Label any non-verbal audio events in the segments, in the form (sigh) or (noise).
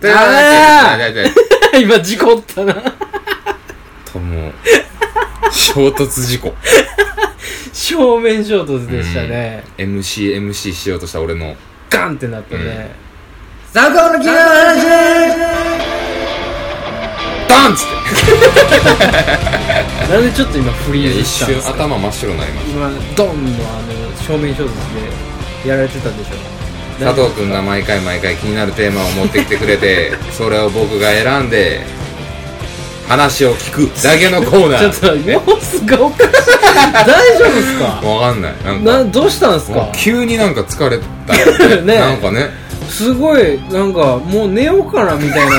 というわけで、だいたい、 (laughs) 今事故ったな。ともう、衝突事故。 (laughs) 正面衝突でしたね。 MC、MC しようとした俺の。ガンってなったね。最高の君の話ドンっつっなんでちょっと今フて。いリや、ーズ一したんで瞬すか頭真っ白になりまし今、ドンのあの、正面衝突でやられてたんでしょた。佐藤くんが毎回毎回気になるテーマを持ってきてくれて、それを僕が選んで、話を聞くだけのコーナちょっー。と、様子がおかしい。大丈夫ですかわかん (laughs) ない。なんなか、どうしたんですか急になんか疲れた (laughs) ねなんかね。すごいなんかもう寝ようかなみたいな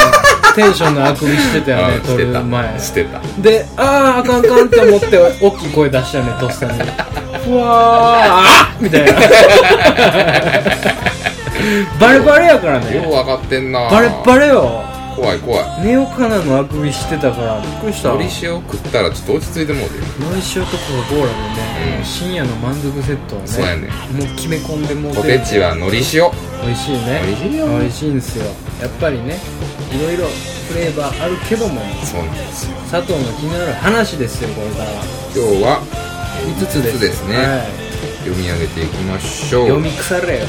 テンションのあくびしてたよね (laughs) あ撮してるた前してたであああかんあかんって思って大きい声出した (laughs) よねとっさにうわーあみたいなバレバレやからようね分かってんなバレバレよ怖い怖い寝ようかなのあくびしてたからびっくりしたのり塩食ったらちょっと落ち着いてもうてのり塩とコカ・コーラでね、うん深夜の満足セットをねそうやねもう決め込んでもうポてテチはのり塩美味しいね美味しいよ美味しいんですよやっぱりねいろいろフレーバーあるけどもそうなんですよ佐藤の気になる話ですよこれからは今日は5つです五つですねはい読み上げていきましょう読み腐れよ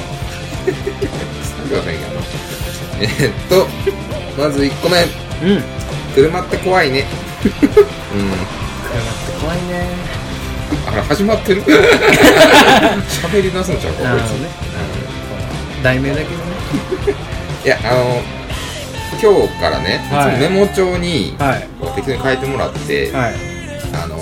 すいませんけどえーっとまず1個目うん車って怖いね怖いねうんあれ始ま (laughs) ってる喋りなすんちゃうかなこるいほつどね題名だけどねうんいやあの今日からね、はいいつもメモ帳に、はいこう適当に書いてもらって、はいあの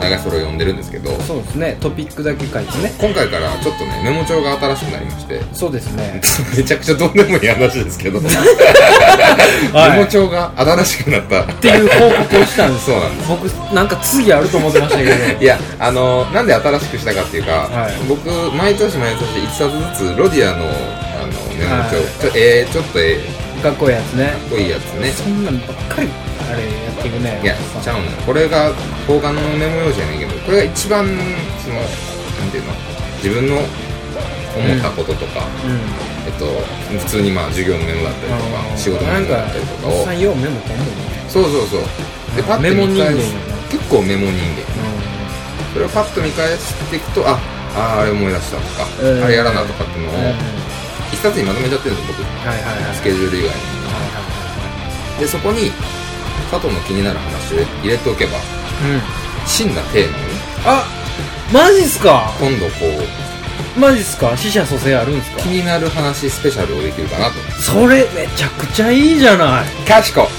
長いそれを読んでるんですけどそうですねトピックだけ書いてね今回からちょっとねメモ帳が新しくなりまして (laughs) そうですねめちゃくちゃどうでもいい話ですけど、メはいモ帳が新しくなったっていう報告をしたんですそうなんで僕なんか次あると思ってましたけど (laughs) いやあのなんで新しくしたかっていうか、はい僕毎年毎年1冊ずつロディアのあのメモ帳、はいちょえー、ちょっとええかっこいいやつねかっこいいやつねそんなんばっかりあれやってるねいやちゃうのこれが交換のメモ用紙やねんけどこれが一番そのなんていうの自分の思ったこととか、うんえっと、普通にまあ授業のメモだったりとか仕事のメモだったりとかをなんおっさんようメモ取んのねそうそうそうでパッメとモ見人間返よねす結構メモ人間それをパッと見返していくとああーあれ思い出したとか、うんあれやらなとかっていうのうをんはい一冊にまとめちゃってるんですよ僕はいはいスケジュール以外にはでそこに佐藤の気になる話を入れておけばいうん真なテーマをねあマジっすか今度こうマジっすか死者蘇生あるんすか気になる話スペシャルをできるかなとそれめちゃくちゃいいじゃないかしこ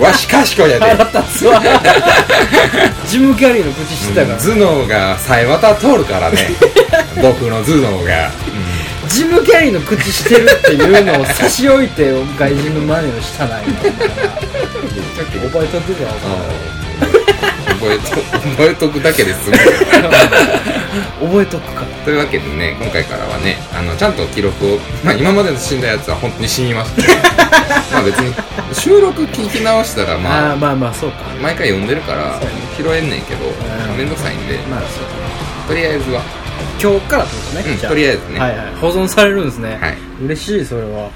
わしかしこやで (laughs) 腹立つわジム・キャリーの口知ってたから、頭脳がさえ渡通る (laughs) からね僕の頭脳が、ジム・キャリーの口してるっていうのを差し置いて外人の真似をしたな今めっちゃ気持ちいい覚えとくぞ覚えと覚えとくだけですごい覚えとくかというわけで (laughs) ね今回からはねあのちゃんと記録を、まあ、今までの死んだやつは本当に死にま (laughs) したまあ別に収録聞き直したらままあああまあまあそうか毎回読んでるからそうね拾えんねんけどんめんどくさいんでまあそうかとりあえずは今日からってことね、うんじゃとりあえずねはいはい、保存されるんですね、はい嬉しいそれは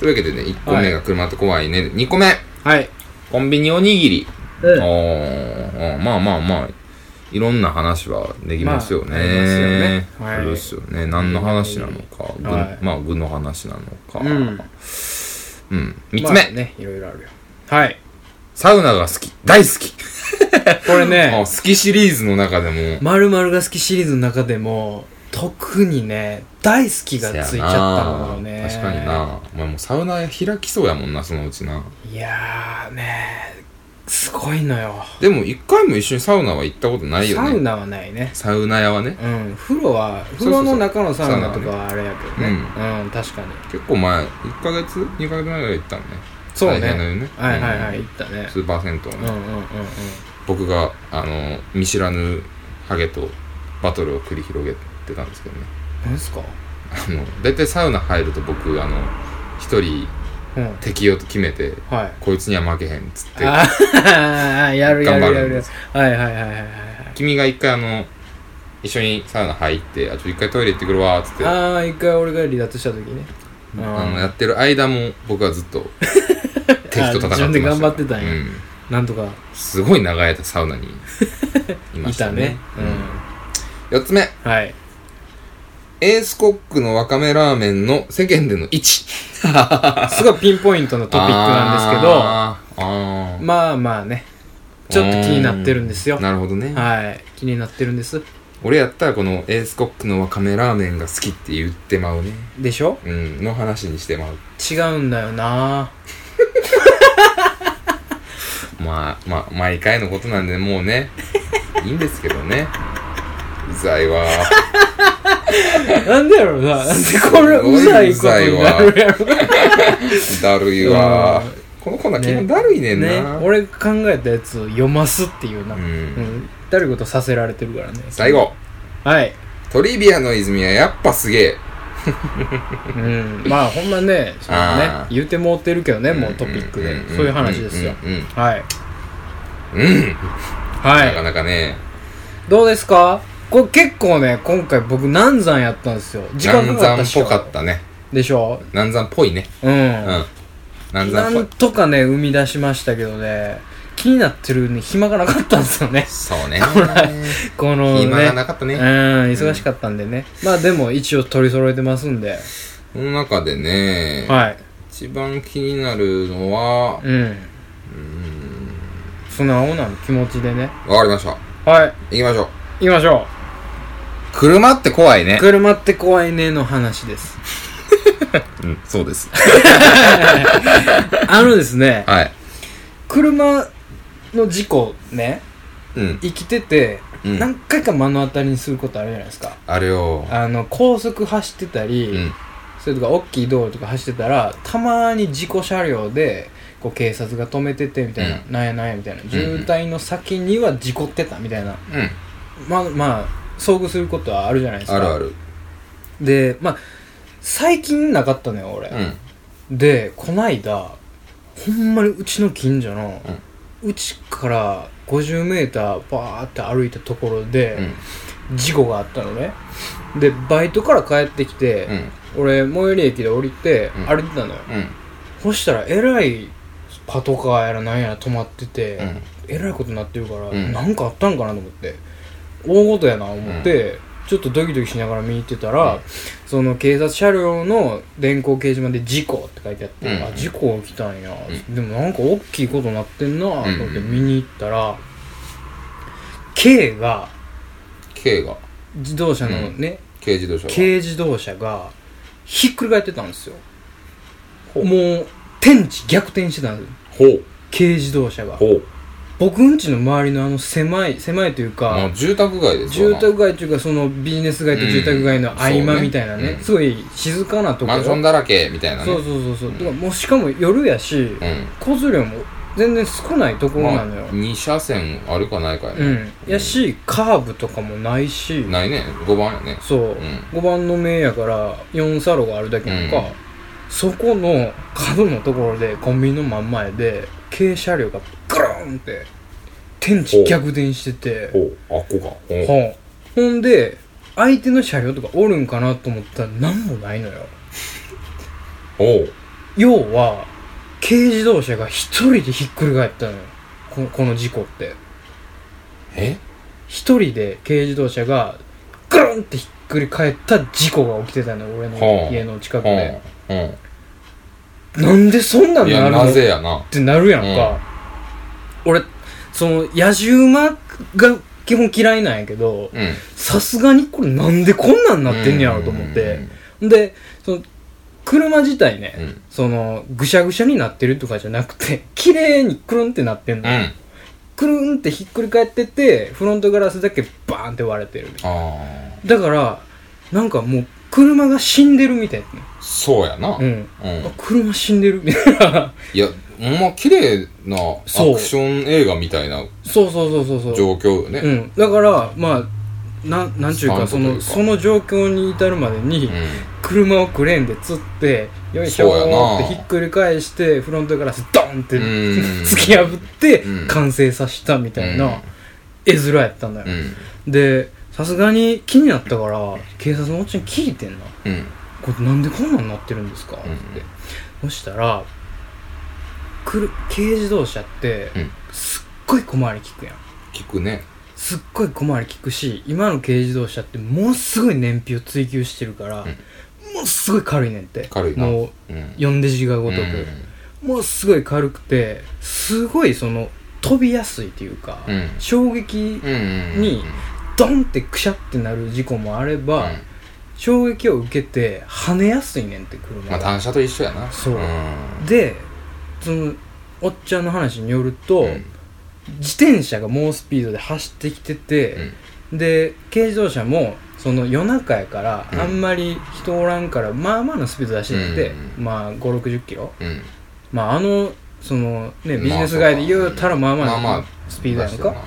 というわけでね1個目が車と怖いね2個目はいコンビニおにぎりうおんーまあまあまあいろんな話はできますよまあありますよねね。はいありますよね。何の話なのか、ぐはいまあ具の話なのか。うんうん。三つ目、まあねいろいろあるよはいサウナが好き。大好き。これあね好きシリーズの中でも、まるまるが好きシリーズの中でも特にね大好きがついちゃったのよねせやな確かにな。お前もうサウナ開きそうやもんな、そのうちな。いやーねすごいのよでも一回も一緒にサウナは行ったことないよサね。ウナはないねサウナ屋はね。うん風呂はそうそ風うそう呂の中のサウナとかはあれやけどねサうん、確かに結構前、1ヶ月 ?2 ヶ月前ぐらい行ったのね。そうね大変だよねはいはいはいうん行ったねスーパー銭湯ね。うんうんうんうん僕があの見知らぬハゲとバトルを繰り広げてたんですけどね何すかあの大体サウナ入ると僕あの一人うん敵を決めてはいこいつには負けへんっつってああ、 (laughs) やるやる頑や張るるんでやる。はいはいはいはいはい。君が一回あの一緒にサウナ入ってあちょっと一回トイレ行ってくるわっつってああ、一回俺が離脱した時ね。うんあのやってる間も僕はずっと (laughs) 敵と戦ってましたあ自分で頑張ってたんやうんなんとかすごい長い間サウナにいま (laughs) いしたたねねうん、 4つ目はいエースコックのわかめラーメンの世間での位置すごいピンポイントのトピックなんですけどあーあーまあまあねちょっと気になってるんですよなるほどね、はい気になってるんです俺やったらこのエースコックのわかめラーメンが好きって言ってまうねでしょうんの話にしてまう違うんだよなまあまあ毎回のことなんでもう (laughs) ねいいんですけどねうざいわなんでやろうななんでこれすごういざいことになるやろだるいわうんこのコーナー基本だるいねんねな、俺が考えたやつを読ますっていうな、ううんん誰ことさせられてるからね最後はい、トリビアの泉はやっぱすげえうん、まあほんまねそのあねー言うてもうてるけどねもうトピックでんんんんそういう話ですようんうんはいうんうんなかはなかねいどうですかこれ結構ね今回僕難産やったんですよ時間か南かった山っっしょぽかったねでしょ南山っぽいねうん、うん南な山っぽいんとかね生み出しましたけどね気になってるね暇がなかったんですよね (laughs) そうねこのね暇がなかったうんね忙しかったんでね、まあでも一応取り揃えてますんでこの中でねはい一番気になるのはうん素直な気持ちでねわかりましたはい行きましょう行きましょ車って怖いうね車って怖いねの話ですうんそうですあのですねはい車の事故ねうん生きてて、うん何回か目の当たりにすることあるじゃないですかあれよあの高速走ってたり、うんそれとか大きい道路とか走ってたらたまに事故車両でこう警察が止めててみたいな、うなんやなんやみたいなうん渋滞の先には事故ってたみたいなうんまあまあ遭遇することはあるじゃないですかあるあるでまあ最近なかったのよ俺、うんでこないだほんまにうちの近所のうち、から5 0ーバーって歩いたところうでん事故があったのねでバイトから帰ってきて、うん俺最寄り駅で降りてうん歩いてたのよ、うんそしたらえらいパトカーやらなんやら止まってて、うんえらいことになってるから、うんなんかあったんかなと思って大ごとやな思って、ちょっとドキドキしながら見に行ってたら、うんその警察車両の電光掲示板で「事故」って書いてあって、うんあ事故起きたんや、うでもなんか大きいことなってんなと思ってうん見に行ったら、K が K が自動車のね、軽自動車が軽自動車がひっくり返ってたんですよほうもう天地逆転してたんですよほう軽自動車がほう僕んちの周りのあの狭い狭いというもかう住宅街です住わな宅街というかそのビジネス街と住宅街の合うんそう間ねみたいなね,、うんすごい静かなとこマンションだらけみたいなねそうそうそうそう、てかもうしかも夜やし、うん交通量も全然少ないところまなあのよ、 2車線あるかないかやうねんやしカーブとかもないしないね5番やねそう、ん5番の目やから4サロがあるだけやんか、うんそこの角のところでコンビニの真ん前で軽車両がグルーンって天地逆転しててほうあっこかほうほんほんで相手の車両とかおるんかなと思ったら何もないのよほう要は軽自動車が一人でひっくり返ったのよここの事故ってえ一人で軽自動車がグルーンってひっくり返った事故が起きてたのよ俺ほのう家の近くほでうほなんでそんなんういなやるのなぜやなってなるやんか、俺その野じ馬が基本嫌いなんやけどうんさすがにこれなんでこんなんなってんねやろと思ってでその車自体ね、うんそのぐしゃぐしゃになってるとかじゃなくて (laughs) 綺麗にくるんってなってんうの、んくるんってひっくり返っててフロントガラスだけバーンって割れてるああだからなんかもう車が死んでるみたいーそうやなな、うん、うんあ車死んでるみ (laughs) たいないやほんま綺麗なアクシそうョン映画みたいなそうそうそうそうそう状況よねうん、だからまあなんなんちゅうかスタそンドというのかその状況に至るまでに、う車をクレーンでつってよいしょそうやなーってひっくり返してフロントガラスドンってうん (laughs) 突き破ってうん完成させたみたいうんな絵面やったんだよ、んでさすがに気になったから警察のおっちゃんに聞いてんなうんこれなんでこんなんなってるんですか?」って、うんうんそしたらくる軽自動車って、うんすっごい小回り利くやん聞くねすっごい小回り利くし今の軽自動車ってものすごい燃費を追求してるから、ものすごい軽いねんって軽いなもううん呼んで字がごとく、ものすごい軽くてすごいその飛びやすいというか、うん衝撃うんうんうんにドンってくしゃってなる事故もあれば、衝撃を受けて跳ねやすいねんってうん車まあが、単車と一緒やなそうんでそのおっちゃんの話によると、うん自転車が猛スピードで走ってきてて、で軽自動車もその夜中やからうんあんまり人おらんからまあまあのスピード出してって、うまあ5 6 0キロうんまああのそのまあねビジネス街で言うたらまあままあまああのスピードやん出か、して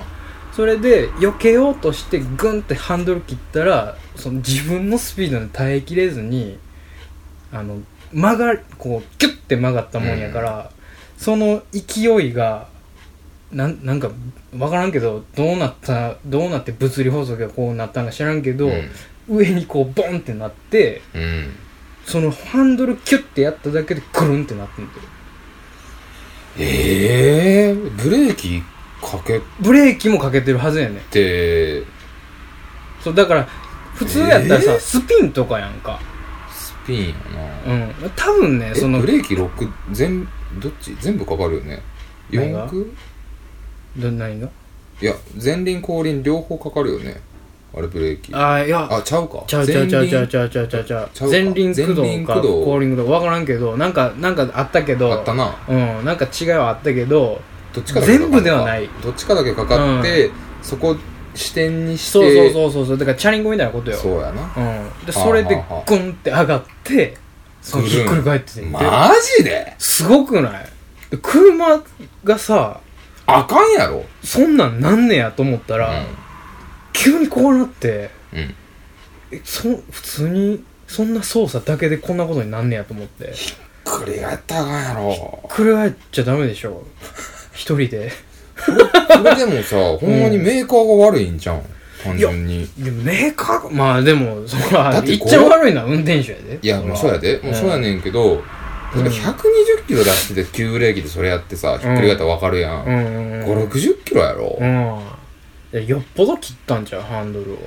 それで避けようとしてグンってハンドル切ったらその自分のスピードに耐えきれずにあの曲がこうキュッて曲がったもんやから、その勢いがなんなんか分からんけどどうなったどうなって物理法則がこうなったんか知らんけど、な上にこうボンってなってうんうんそのハンドルキュッてやっただけでクルンってなってんだよええブレーキかけブレーキもかけてるはずやねんてそうだから普通やったらさ、えースピンとかやんかスピンやうなん多分ねえそのブレーキ6全どっち全部かかるよね何四が駆ど何がいや前輪後輪両方かかるよねあれブレーキあーいやあちゃうかちゃうちゃうちゃうちゃうちゃうちゃうちゃうちゃちゃうかう前輪駆前動輪か駆動後輪駆動分からんけどなんかなんかあったけどあったなうんなんか違いはあったけどどっちかだけかかるの全か部ではないどっちかだけかかって、そこ支点にしてそうそうそうそうそうだからチャリンコみたいなことよそうやなうんでそれではあはあグンって上がってそのぐるひっんくり返っててマジですごくないで車がさあかんやろそんなんなんねやと思ったうら、急にこうなってん、うん、えそ普通にそんな操作だけでこんなことになんねやと思ってこれやったらあかんやろ翻っちゃダメでしょ一人でそれでもさほんまにメーカーが悪いんじゃん単純にでもメーカーがまあでもそらだって言っこうちゃ悪いのは運転手やでいやらもうそうやでもうそうやねんけど、うん120キロ出してて急ブレーキでそれやってさひっくり返ったらわかるや、うんんうんうん5 6 0キロやろ、うんいやよっぽど切ったんちゃうハンドルを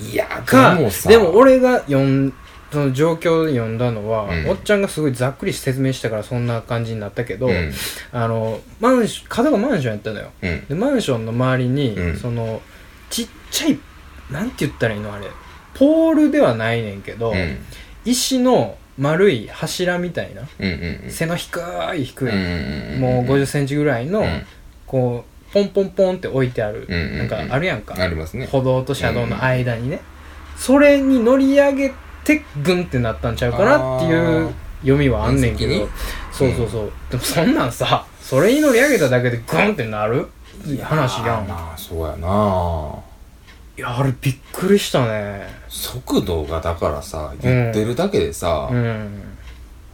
いやかでもさでも俺が読んその状況で読んだのは、うんおっちゃんがすごいざっくり説明したからそんな感じになったけど、うんあのマンシ角がマンションやったのようんでマンションの周りに、うんそのちっちゃいなんて言ったらいいのあれポールではないねんけど、うん石の丸い柱みたいな、うんうん背の低い低うんい、うんもう5五十0ンチぐらいの、うんこうポンポンポンって置いてある、うんうんうんなんかあるやんか、ありますね歩道と車道の間にね、それに乗り上げてグンってなったんちゃうかなっていあうー読みはあんねんけど面そうそうそう、でもそんなんさそれに乗り上げただけでグンってなる話やんいやまあそうやなあれびっくりしたね速度がだからさ言ってるだけでさ、うん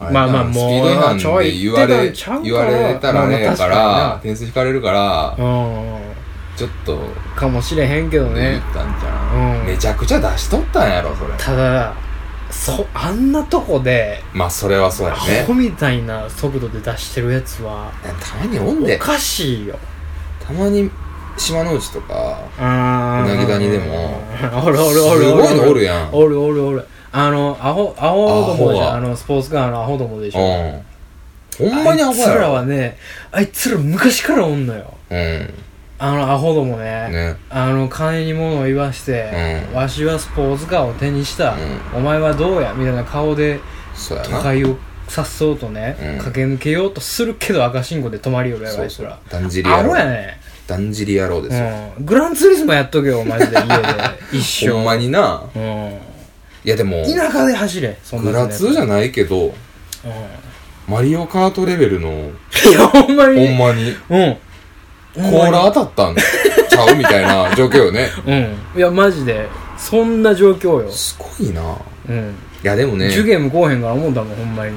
れまあまなあもうスピード違反ちょでい言わ言ってたれんちゃうか言われたまらあまあねやか確かになら点数引かれるからうんちょっとかもしれへんけど言ねったんじゃん、うんめちゃくちゃ出しとったんやろそれただそあんなとこでまあそれはそうやアねホみたいな速度で出してるやつはたまにおんおでかしいよたまに島の内とかうなうなぎ谷でも (laughs) おるおるおるすごいのおるやんおるおるおるあのアホアホどもじアゃホんはあのスポーツカーのアホどもでしょうんほんまにアホあいやつらろはねあいつら昔からおんのようんあのアホどもねねあの金に物を言わして、うんわしはスポーツカーを手にした、うお前はどうやみたいな顔でそうや都な会をさっそうとね、うん駆け抜けようとするけど赤信号で止まりよるやろそあいうつそらうだんじりア野郎ホやね、だんじり野郎ですよ、うん、グランツーリスモやっとけよマジで家 (laughs) で一生ほんまになうんいやでも田舎で走れそんなグラツーじゃなないけどうん、マリオカートレベルのいやほんまほんにまにうんコーラ当たったんちゃうみたいな状況よねうんいやマジでそんな状況よ、すごいなうんいやでもね受験もこうへんから思うたもんほんまに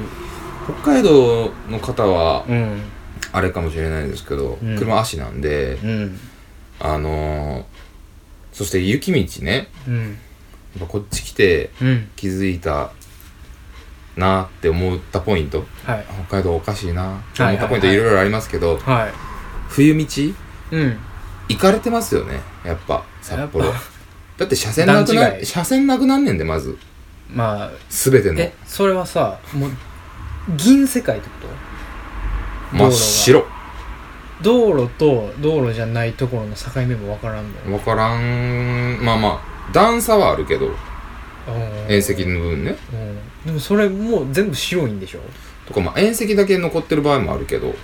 北海道の方はうんあれかもしれないですけど、うん車足なんでうんあのー、そして雪道ねうんやっぱこっち来てうん気づいたなって思ったポイントはい北海道おかしいなってはい思ったポイントはいいはいろいろありますけどはい冬道うん行かれてますよねやっぱ札幌やっぱだって車線なく段な違い車線なくなんねんでまずまあ全てのえそれはさもう銀世界ってこと真っ白道路と道路じゃないところの境目もわからんの分からんまあまあ段差はあるけどうん縁石の部分ねうんでもそれもう全部白いんでしょとかまあ縁石だけ残ってる場合もあるけど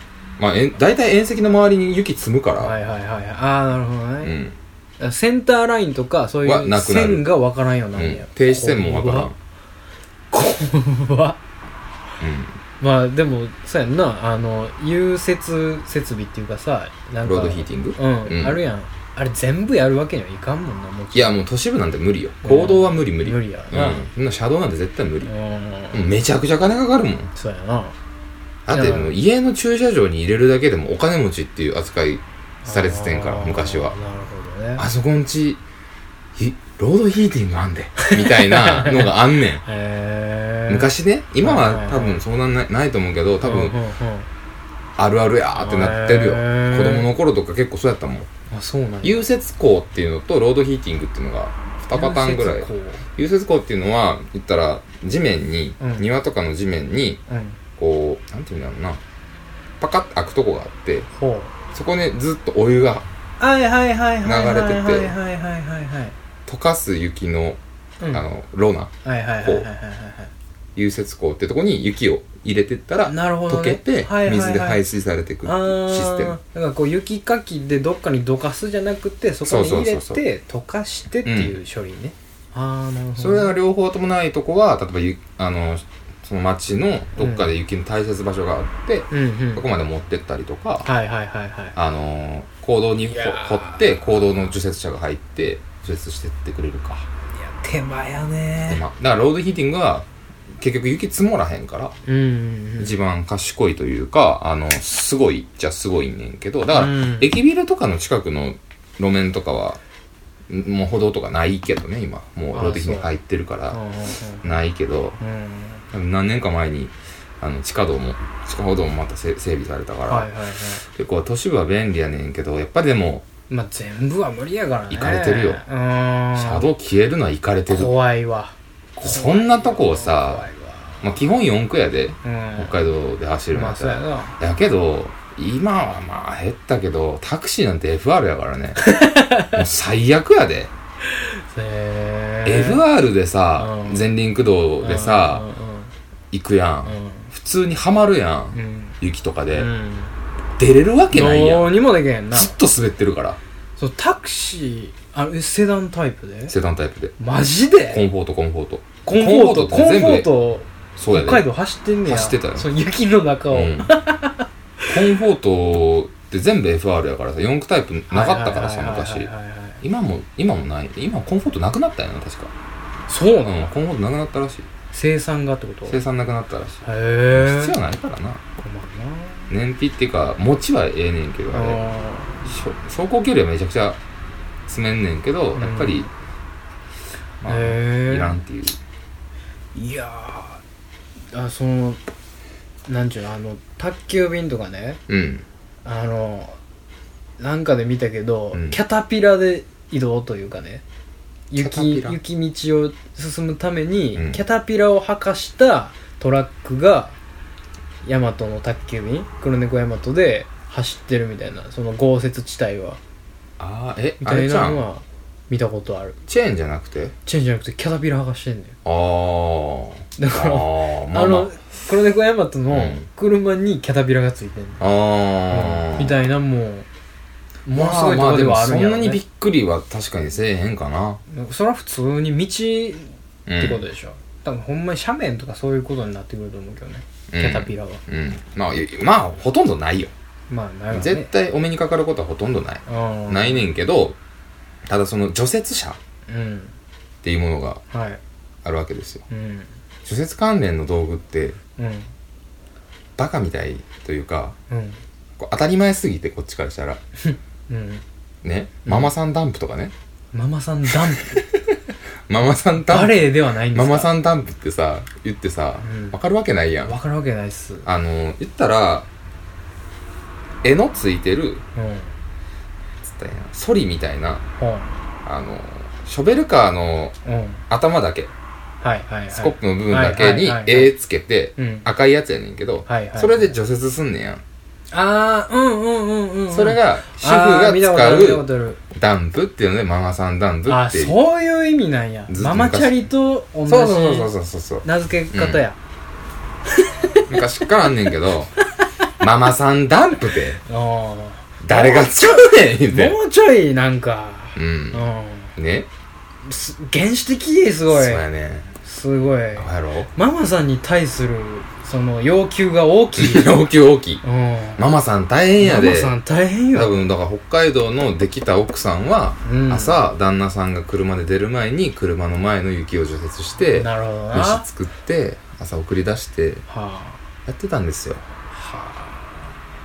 まあえん大体縁石の周りに雪積むから、はいはいはいはいああなるほどね、うん、センターラインとかそういはなうくなる線が分からんようにうなるんや、ん、停止線も分からん、うん、怖っ怖っまあでもそうやんなあの融雪設備っていうかさなんかロードヒーティングうん、うんあるやんあれ全部やるわけにはいかんもんなもちいやもう都市部なんて無理よ行動は無理無理無理やうんな、そんな車道なんて絶対無理う、ん、うんめちゃくちゃ金かかるもんそうやなだってもう家の駐車場に入れるだけでもお金持ちっていう扱いされててんかあらー昔はなるほどねあそこんちひロードヒーティングあん (laughs) でみたいなのがあんねんへえ昔ね今はいはいははい多分そんなんないないと思うけど多うんう分んうんあるあるやーってなってるよへー子供の頃とか結構そうやったもんあそうなんや融雪光っていうのとロードヒーティングっていうのが2パターンぐらい融雪融雪光っていうのは言ったら地面に、うん庭とかの地面に庫うんこうなんていうんだろうなパカッて開くとこがあってほうそこねずっとお湯がはいはいはいはいはいはい流れててはいはいはいはい溶かす雪の,、うんあのロナはいはいはいはいはいはいはい融雪光ってとこに雪を入れてったらなるほど溶ねけてはいはいはい水で排水されてくっていうシステム、あーなんかこう雪かきでどっかにどかすじゃなくてそこに入れてそうそうそうそう溶かしてっていう処理ね、ああなるほどそれが両方ともないとこは例えばゆあのその町のどっかで雪の大切場所があって、うんうんそこまで持ってったりとか、はいはいはいはいあの行動にほいやー掘って行動の除雪車が入って除雪してってくれるかいや手間や手ね間だからロードヒーティングは結局雪積もらへんから、うんうんうん一番賢いというかあのすごいっちゃすごいねんけどだから、うん駅ビルとかの近くの路面とかはんもう歩道とかないけどね今もうロードヒーティング入ってるかうんらうんないけどうんうん何年か前にあの地下道も地下歩道もまたせ整備されたから、はいはいはい結構都市部は便利やねんけどやっぱりでもまあ全部は無理やからねイカれてるようーん車道消えるのはイかれてる怖いわそんなとこを怖さ、いわまあ、基本4区やでうん北海道で走るんまやあったそうら、やなだけど今はまあ減ったけどタクシーなんて FR やから (laughs) ねもう最悪やで、へ FR でさ、うん前輪駆動でさ、行くやん、うんうんうん普通にはまるやん、うん雪とかうで、ん出れるわけないやんどうにもできへんなずっと滑ってるからそうタクシーあのえセダンタイプでセダンタイプでマジコでンフォートコンフォートコンフォートココンフォートってン全フ部ォでートそうやで北海道走ってんねや走ってたよそう雪の中を、うん、コンフォートって全部 FR やからさ4区タイプなかったからさはいはいはい昔はいはいはい今も今もない今コンフォートなくなったんやな確かそううなんの、コンフォートなくなったらしい生産がってことへ生産なくなったらしいえ必要ないからな困る燃費っていうか持ちはええねんけどあなれあしょ走行距離はめちゃくちゃ詰めんねんけどうんやっぱり、まあへえいらんっていうーいやーあそのなんちゅうのあの宅急便とかねうんあのなんかで見たけど、うんキャタピラで移動というかねキャタピ雪ラ雪道を進むために、うんキャタピラを履かしたトラックがヤマトの宅急便黒猫ヤマトで走ってるみたいなその豪雪地帯はああえみあたいれじゃなのんは見たことあるチェーンじゃなくてチェーンじゃなくてキャタピラ剥がしてんだよああだかあらーま (laughs) ああまあの黒猫ヤマトうのん車にキャタピラがついてんの、ああ、みたいなもうものすごいとまあまあこででもはあるんやろ、ねそんなにびっくりは確かにせえへんかな、それは普通に道ってうん、ことでしょ、多分ほんまに斜面とかそういうことになってくると思うけどね、うんキャタピラはうんまあいまあほとんどないよ、まあなるほど絶ね対お目にかかることはほとんどない、うんないねんけどただその除雪車っうんていうものがはいあるわけですようん除雪関連の道具ってうんバカみたいというかうんこう当たり前すぎてこっちからしたらうんねうんママさんダンプとかね、ママさんダンプママさんタンバプレエではないんですマかマさんタンプってさ言ってさ、うんわかるわけないやん分かるわけないっすうんあの言ったら絵のついてるつったらいいなソリみたいなはあのショベルカーのいうん頭だけはいはいはいスコップの部分だけにはいはいはいはい絵つけてうん赤いやつやねんけどはいはいはいそれで除雪すんねんやんああうんうんうんうんうんそれが主婦あーが見たことある見た使こうとあるダンプっていうのでママさんダンプあっていうそういう意味なんやずっと昔ママチャリと同じそうそうそうそうそうそう名付け方や、昔からあんねんけど (laughs) ママさんダンプであ誰が使うねん言うーてもうちょいなんか、ううんん、ねす原始的ですごいそうやねすごいどうやろうママさんに対するその要求が大きい、うん、要求大きいマママさん大変やでマさん大変多よ分だから北海道のできた奥さんは、うん朝旦那さんが車で出る前に車の前の雪を除雪してなるほどな飯は作って朝送り出してあやってたんですよは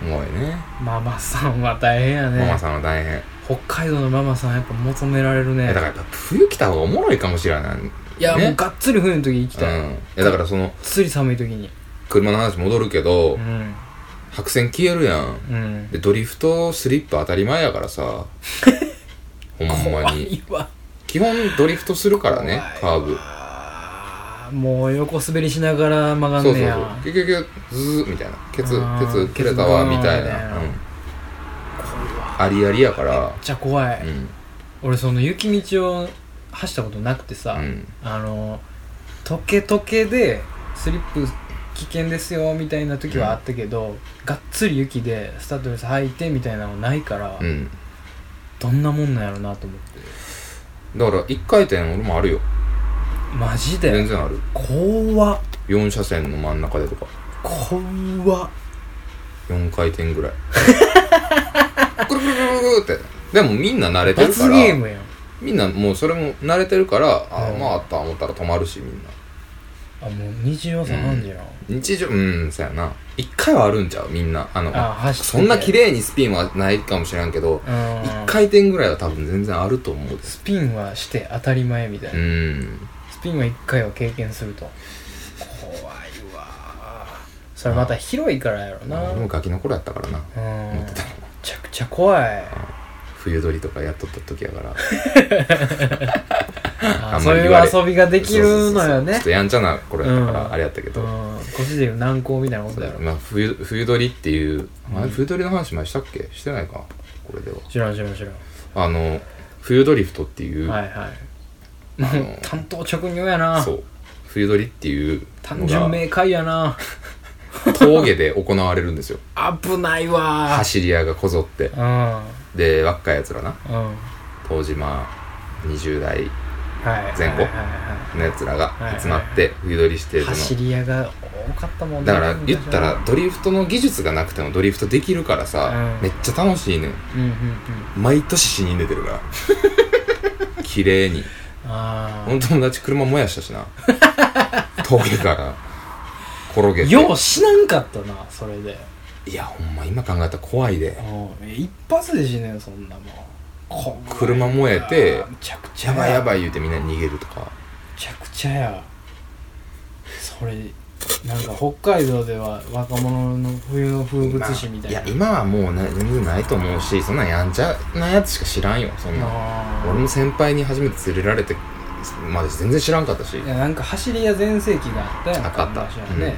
すごいね、あママさんは大変やねママさんは大変、北海道のママさんやっぱ求められるねえだからやっぱ冬来た方がおもろいかもしれないいや、ねもうがっつり冬の時に行きうん、いたい、がっやだからそのつり寒い時に車の話戻るけど、うん白線消えるやんうんでドリフトスリップ当たり前やから (laughs) さほんま怖にいわ基本ドリフトするからねカーブあーもう横滑りしながら曲がそんうそねうやそうキュキュキュズーみたいなケツあーケツ切れたわケツみドーたンいみたいな、なうん、ありありやからめっちゃ怖い、うん俺その雪道を走ったことなくてさ、うんあのトケトケでスリップ危険ですよみたいな時はあったけど、がっつり雪でスタッドレス履いてみたいなのないから、うんどんなもんなんやろなと思ってだから1回転俺もあるよマジ全で然ある怖っ4車線の真ん中でとか怖っ4回転ぐ (laughs) らいくるくるくるくるってでもみんな慣れてるか罰ゲーらムやんみんなもうそれも慣れてるからああうんまああった思ったら止まるしみんなあもう24歳なんじゃん、日常うんそやな1回はあるんちゃうみんなあのあ走っててそんな綺麗にスピンはないかもしれんけどうん1回転ぐらいは多分全然あると思うですスピンはして当たり前みたいうな、んスピンは1回は経験すると怖いわそれまた広いからやろな俺もガキの頃やったからなうん思めってたちゃくちゃ怖い冬鳥とかやっとった時やからああんそまうりい言われう遊び (laughs) ができるのよそうそうそうちょねっとやんちゃな頃やったかうらんあれやったけどうん腰でいう軟膏みたいなことだろまあ冬冬鳥っていうあれ冬鳥の話前したっけしてないかこれでは知らん知らん知らんあの冬ドリフトっていうはいはいのーもう (laughs) 担当直入やなそう冬鳥っていう単の純が明快やな峠で行われるんですよ危ないわ走り屋がこぞってうんうんで若いやつらなはい当時まあ20代前後はいはいはいのやつらがはい集まって冬取りしてるの走り屋が多かったもんだねから言ったらドリフトの技術がなくてもドリフトできるからさうんめっちゃ楽しいねんうんうんうん毎年死に出てる (laughs) から綺麗にあ俺の友達車燃やしたし (laughs) な峠から転あげてよう死なんかったなそれでいやほんま今考えたら怖いでうん一発で死ねんそんなもんこ車燃えてめちゃくちゃやばいやいばい言うてみんな逃げるとかめちゃくちゃやそれなんか北海道では若者の冬の風物詩みたいなや今はもうな全然ないと思うしそんなんやんちゃなやつしか知らんよそんなんあ俺も先輩に初めて連れられてまで全然知らんかったしーいやなんか走り屋全盛期があったやんあったあった昔はね、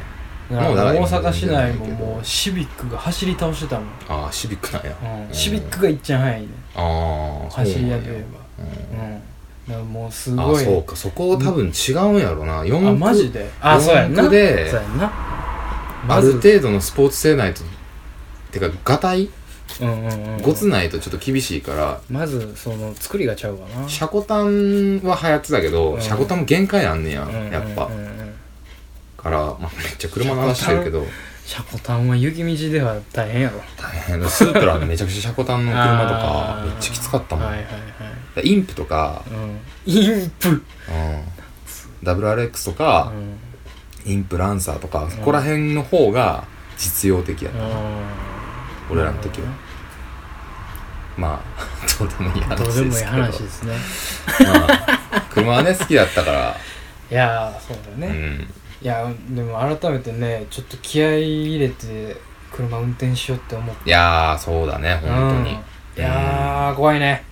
んなんかもうだから大阪市全然内もないけどもうシビックが走り倒してたもんああシビックなんや、うんシビックがいっちゃん早いねああ走り屋といえば、ばうんだからもうすうんあごいそうかそこ多分違うんやろな4あ区マジであ四そうやんな駆でそうやんなあまずる程度のスポーツ性ないとてかがたいうんうんうんごつないとちょっと厳しいからまずその作りがちゃうかなシャコタンは流行ってたけど、うんシャコタンも限界あんねや、うんうんうんうんやっぱから、まあ、めっちゃ車の話してるけど車庫タンは雪道では大変やろ大変だスープラめちゃくちゃシャコタンの車とかあーめっちゃきつかったもん、はいはいはいインプとか、うんインプうん、WRX とか、うんインプランサーとかそこら辺の方が実用的やった、俺らの時はまあ (laughs) どうでもいい話どうででもいいすけど話ですねまあ車はね好きだったからいやーそうだうよね、んいやでも改めてねちょっと気合い入れて車運転しようって思っいやーそうだねた本当にうんいやー怖いね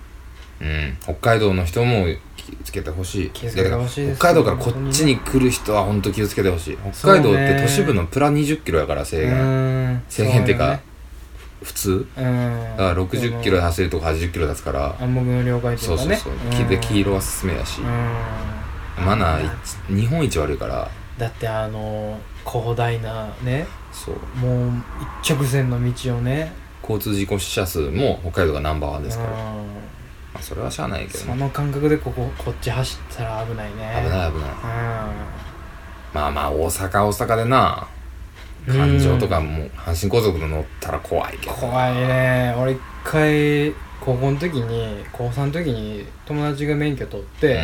うん、北海道の人も気をつけてほしい気をつけてほしいですだから北海道からこっちに来る人は本当気をつけてほしい北海道っそうねて都市部のプラ2 0キロやから制限うん制限っていうかそ普通うよねうだんから6 0キロで走るとこ8 0キロ出すから暗黙の了解といそううかそうねそううんで黄色は勧めやしうんマナー一日本一悪いからだってあの広大なねそうもう一直線の道をね交通事故死者数も北海道がナンバーワンですから、まうんあ、それはしゃあないけどそねの感覚でこここっち走ったら危ないね危ない危ないいまあまあ大阪は大阪でなうん環状とかも阪神高速で乗ったら怖いけど怖いね俺一回高校の時に高3の時に友達が免許取って、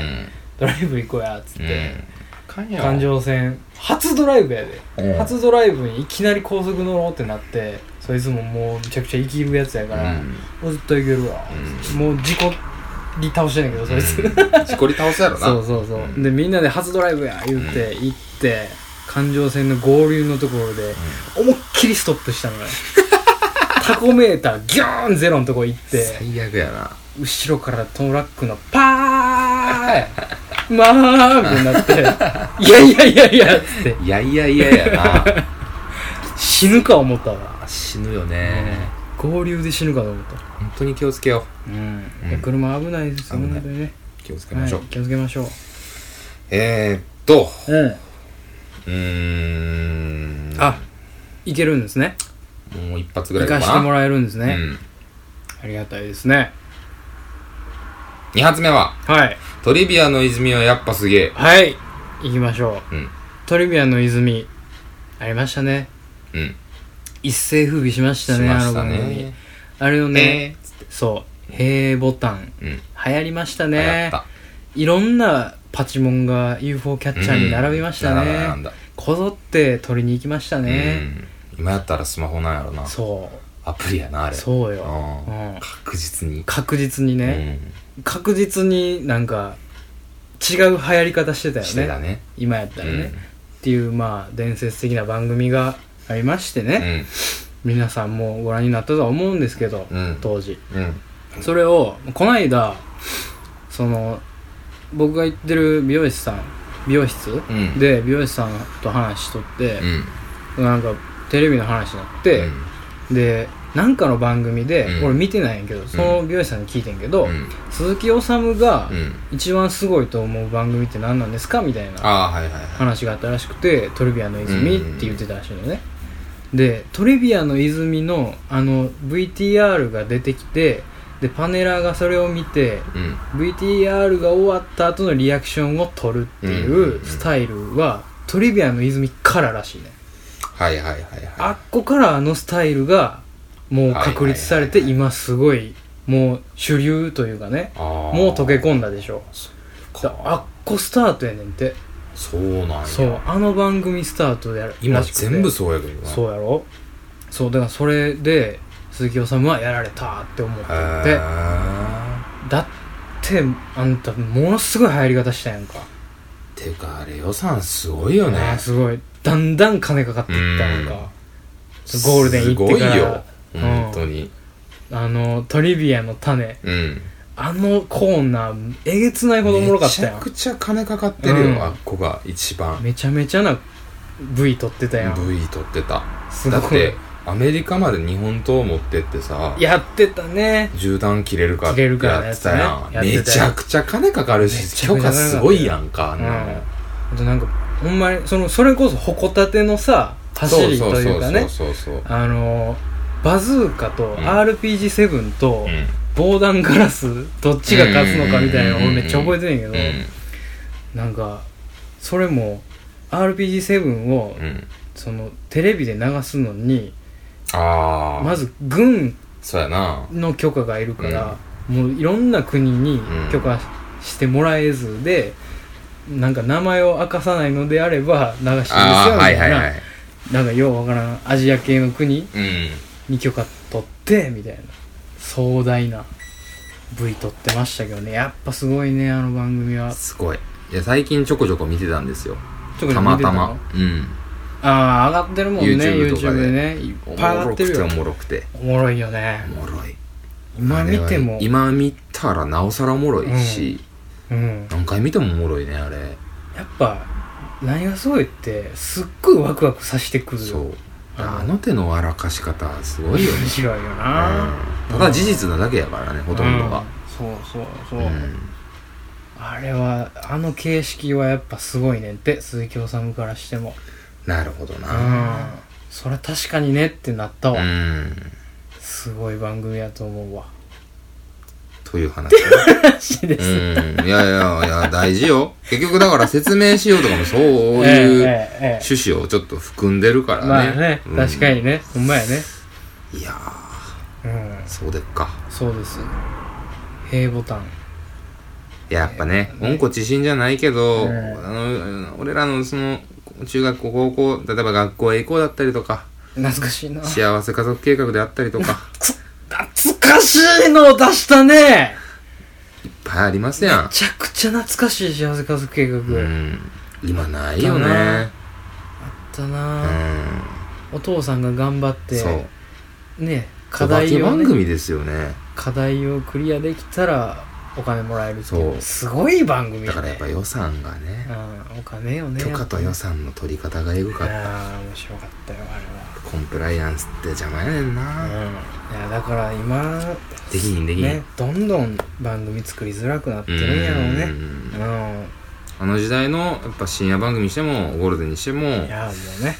ドライブ行こうやっつっうん、て、うん、環状線初ドライブやで、うん初ドライブにいきなり高速乗ろうってなってそいつももうめちゃくちゃ生きるやつやから、うんもう絶対いけるわ、もう事故り倒してんねんけどそいつ、うんしこり倒すやろな (laughs) そうそうそうう、んでみんなで初ドライブや言うて行って環状線の合流のところで思いっきりストップ (laughs) したのねタコメーターギューンゼロのとこ行って最悪やな後ろからトラックのパーまあみたいにな (laughs) って「いやいやいやいや」っつっていやいやいややな死ぬか思ったわ死ぬよね、合流で死ぬかと思った本当に気をつけようん、うんいや車危ないですよ危ない本当にねう気をつけはまいしょう、気をつけましょうえー、っとうんうーんあいけるんですねもう一発ぐら行いかかなしてもらえるんですね、うん、ありがたいですね。 2発目ははい。トリビアの泉はやっぱすげえはい。行きましょう。うんトリビアの泉、ありましたね。うん一世風靡しましたしね、ましたあの番組ね。あれのね、えそう、へーボタン、ーうん流行りましたやっね。たいろんなパチモンが UFO キャッチャーに並びましたうん並んね。だこぞって取りに行きました並んだね。うん今やったらスマホなんやろなそアプリやなあう、れそうよ。ううんん確実に確実にね、確実になんか、違う流行り方してたうんよしてたね今やったらね、うんっていうまあ伝説的な番組がありましてうね、ん皆さんもご覧になったとは思うんですけど、うん当時うんそれをこの間その僕が行ってる美容師さん美容室、うんで美容師さんと話しとってう、んなんかテレビの話になって、でなんかの番組で、うん俺見てないんやけどその美容師さんに聞いてんけど、うん鈴木おさむがうん一番すごいと思う番組って何なんですかみたいなああはいはいは話があったらしくて「トリビアの泉」って言ってたらしいのね、で「トリビアの泉の」あの VTR が出てきてでパネラーがそれを見ていうん VTR が終わった後のリアクションを撮るってうんうんいううんスタイルは「トリビアの泉」かららしいねはいはいはいはいあっこからあのスタイルがもう確立されてはいはい今すごいもう主流というかねももう溶け込んだでしょだからあっあこスタートやねんてそうなんやそうあの番組スタートでやる今らしくて全部そうやけどなそうやろそうだからそれで鈴木治はやられたって思ってへてーだってあんたものすごい流行り方したやんかていうかあれ予算すごいよねすごいだんだん金かかっていったやんうんかゴールデン行ってからすごいようん本当にあのトリビアの種うんあのコーナーえげつないほどおもろかったやめちんゃくちゃ金かかってるうんよあっこが一番めちゃめちゃな V 撮ってたやん V 取ってたすごだいってアメリカまで日本刀持ってってさやってたね銃弾切れるか切れるかのややってつねたやんやってたよめちゃくちゃ金かかるめしちゃ許くちゃ金か可かるすごいやんかあうんなのんあとなんかほんまにそのそれこそほこたてのさ走りというかねそうそうそうそうあのバズーカとん RPG7 とうん防弾ガラスどっちが勝つのかみたいなの俺めっちゃ覚えてんやうけんどなんかそれも RPG7 をうんそのテレビで流すのにああまず軍そうやなの許可がいるからもういろんな国にうん許可してもらえずでなんか名前を明かさないのであれば流していいですよみああはたいいはいはないなんかようわからんアジア系の国うんに許可取ってみたいな壮大な V 撮ってましたけどねやっぱすごいねあの番組はすごいいや最近ちょこちょこ見てたんですよ特にた見まてのたまうんああ上がってるもんね YouTube とか YouTube ででねいっおもぱい上がろっくてるてよおもろくておもろいよねおもろい今見てあれはも今見たらなおさらおもろいし、うん何回見てもおもろいねあれやっぱ何がすごいってすっごいワクワクさせてくるよそうああの手の笑かし方すごいよね面白いよな、うんただ事実なだけやからねほとんどがうんそうそうそうう、ん、あれはあの形式はやっぱすごいねって鈴木治からしてもなるほどうんなそれは確かにねってなったうん、わ、すごい番組やと思うわという話しでうす、んいやいやいや大事よ結局だから説明しようとかもそういうえええ趣旨をちょっと含んでるかえらね,、まあね、うん確かにねほんまやねいやーうんそうでっかそうです平ボタンいややっぱね温故知新じゃないけど、ええあの俺らのその中学校高校例えば学校へ行こうだったりとか懐かしいな幸せ家族計画であったりとか (laughs) 懐かしいのを出したねいっぱいありますやんめ、ちゃくちゃ懐かしい幸せ家族計画、うだん、今ないよねだったうな、んお父さんが頑張ってそうね課課題、題を、番ね、組ですよね課題をクリアできたらお金もらえるっていそううすごい番組だからやっぱり、予算がねうん、お金よね許可と予算の取り方がエグかったああ面白かったよあコンプライアンスって邪魔やねんれなは、うん、いやだから今できひんできひん、ねどんどん番組作りづらくなってるんやろうねうんうんあの時代のやっぱ深夜番組にしてもゴールデンにしてもいややもうね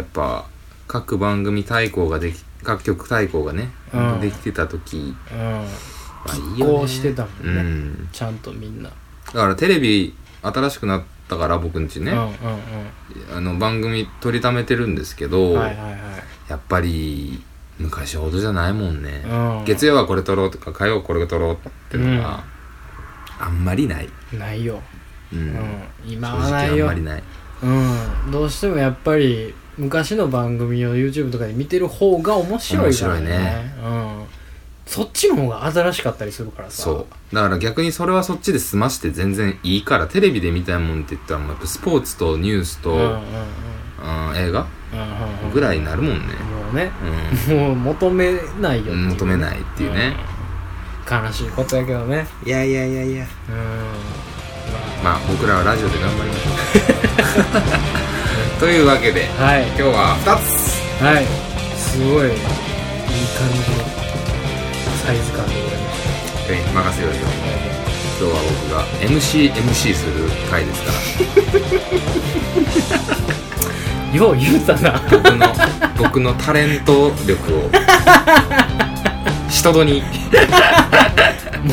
っぱ各番組対抗ができ各局対抗がね、うんできてた時うんはいいよ拮抗ねしてたもんうね、んちゃんとみんな、だからテレビ新しくなったから僕んちうね、んうんあの番組取りためてるんですけうど、んはいはいはいやっぱり昔ほどじゃないもんね、うん月曜はこれ撮ろうとか火曜これ撮ろうっていうのが、あんまりない、ないよ、うんうん今正直あはないんよまりないうん、どうしてもやっぱり昔の番組を YouTube とかで見てる方が面白いからね面白いねうん、そっちの方が新しかったりするからさそうだから逆にそれはそっちで済まして全然いいからテレビで見たいもんって言ったらもうやっぱスポーツとニュースと、うんうんうんうんうん映画うんうんぐらいになるもんね、もうねう、もう求めないよっていうん求めないっていうね、、うん悲しいことやけどねいやいやいやいやうんまあ僕らはラジオで頑張りましょう (laughs) というわけではい今日は2つはいすごいいい感じのサイズ感でございましえ任せようよたので今日は僕が MCMC する回ですからよう言うたな僕の僕のタレント力を人とに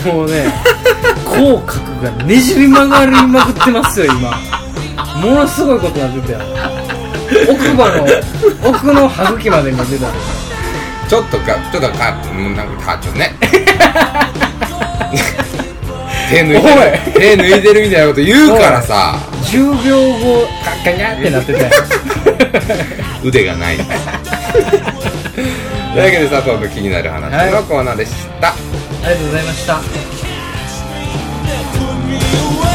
もう (laughs) ね口角がねじり曲がりまくってますよ今ものすごいことになってたよ奥歯の奥の歯茎まで今出たよちょっとかちょっとかもうなんかかちょっとね (laughs) 手抜いてる手抜いてるみたいなこと言うからさ10秒後カッカニャってなってた (laughs) よ腕がない (laughs) というわけで佐藤の気になる話のコーナーでした、ありがとうございました Put me away.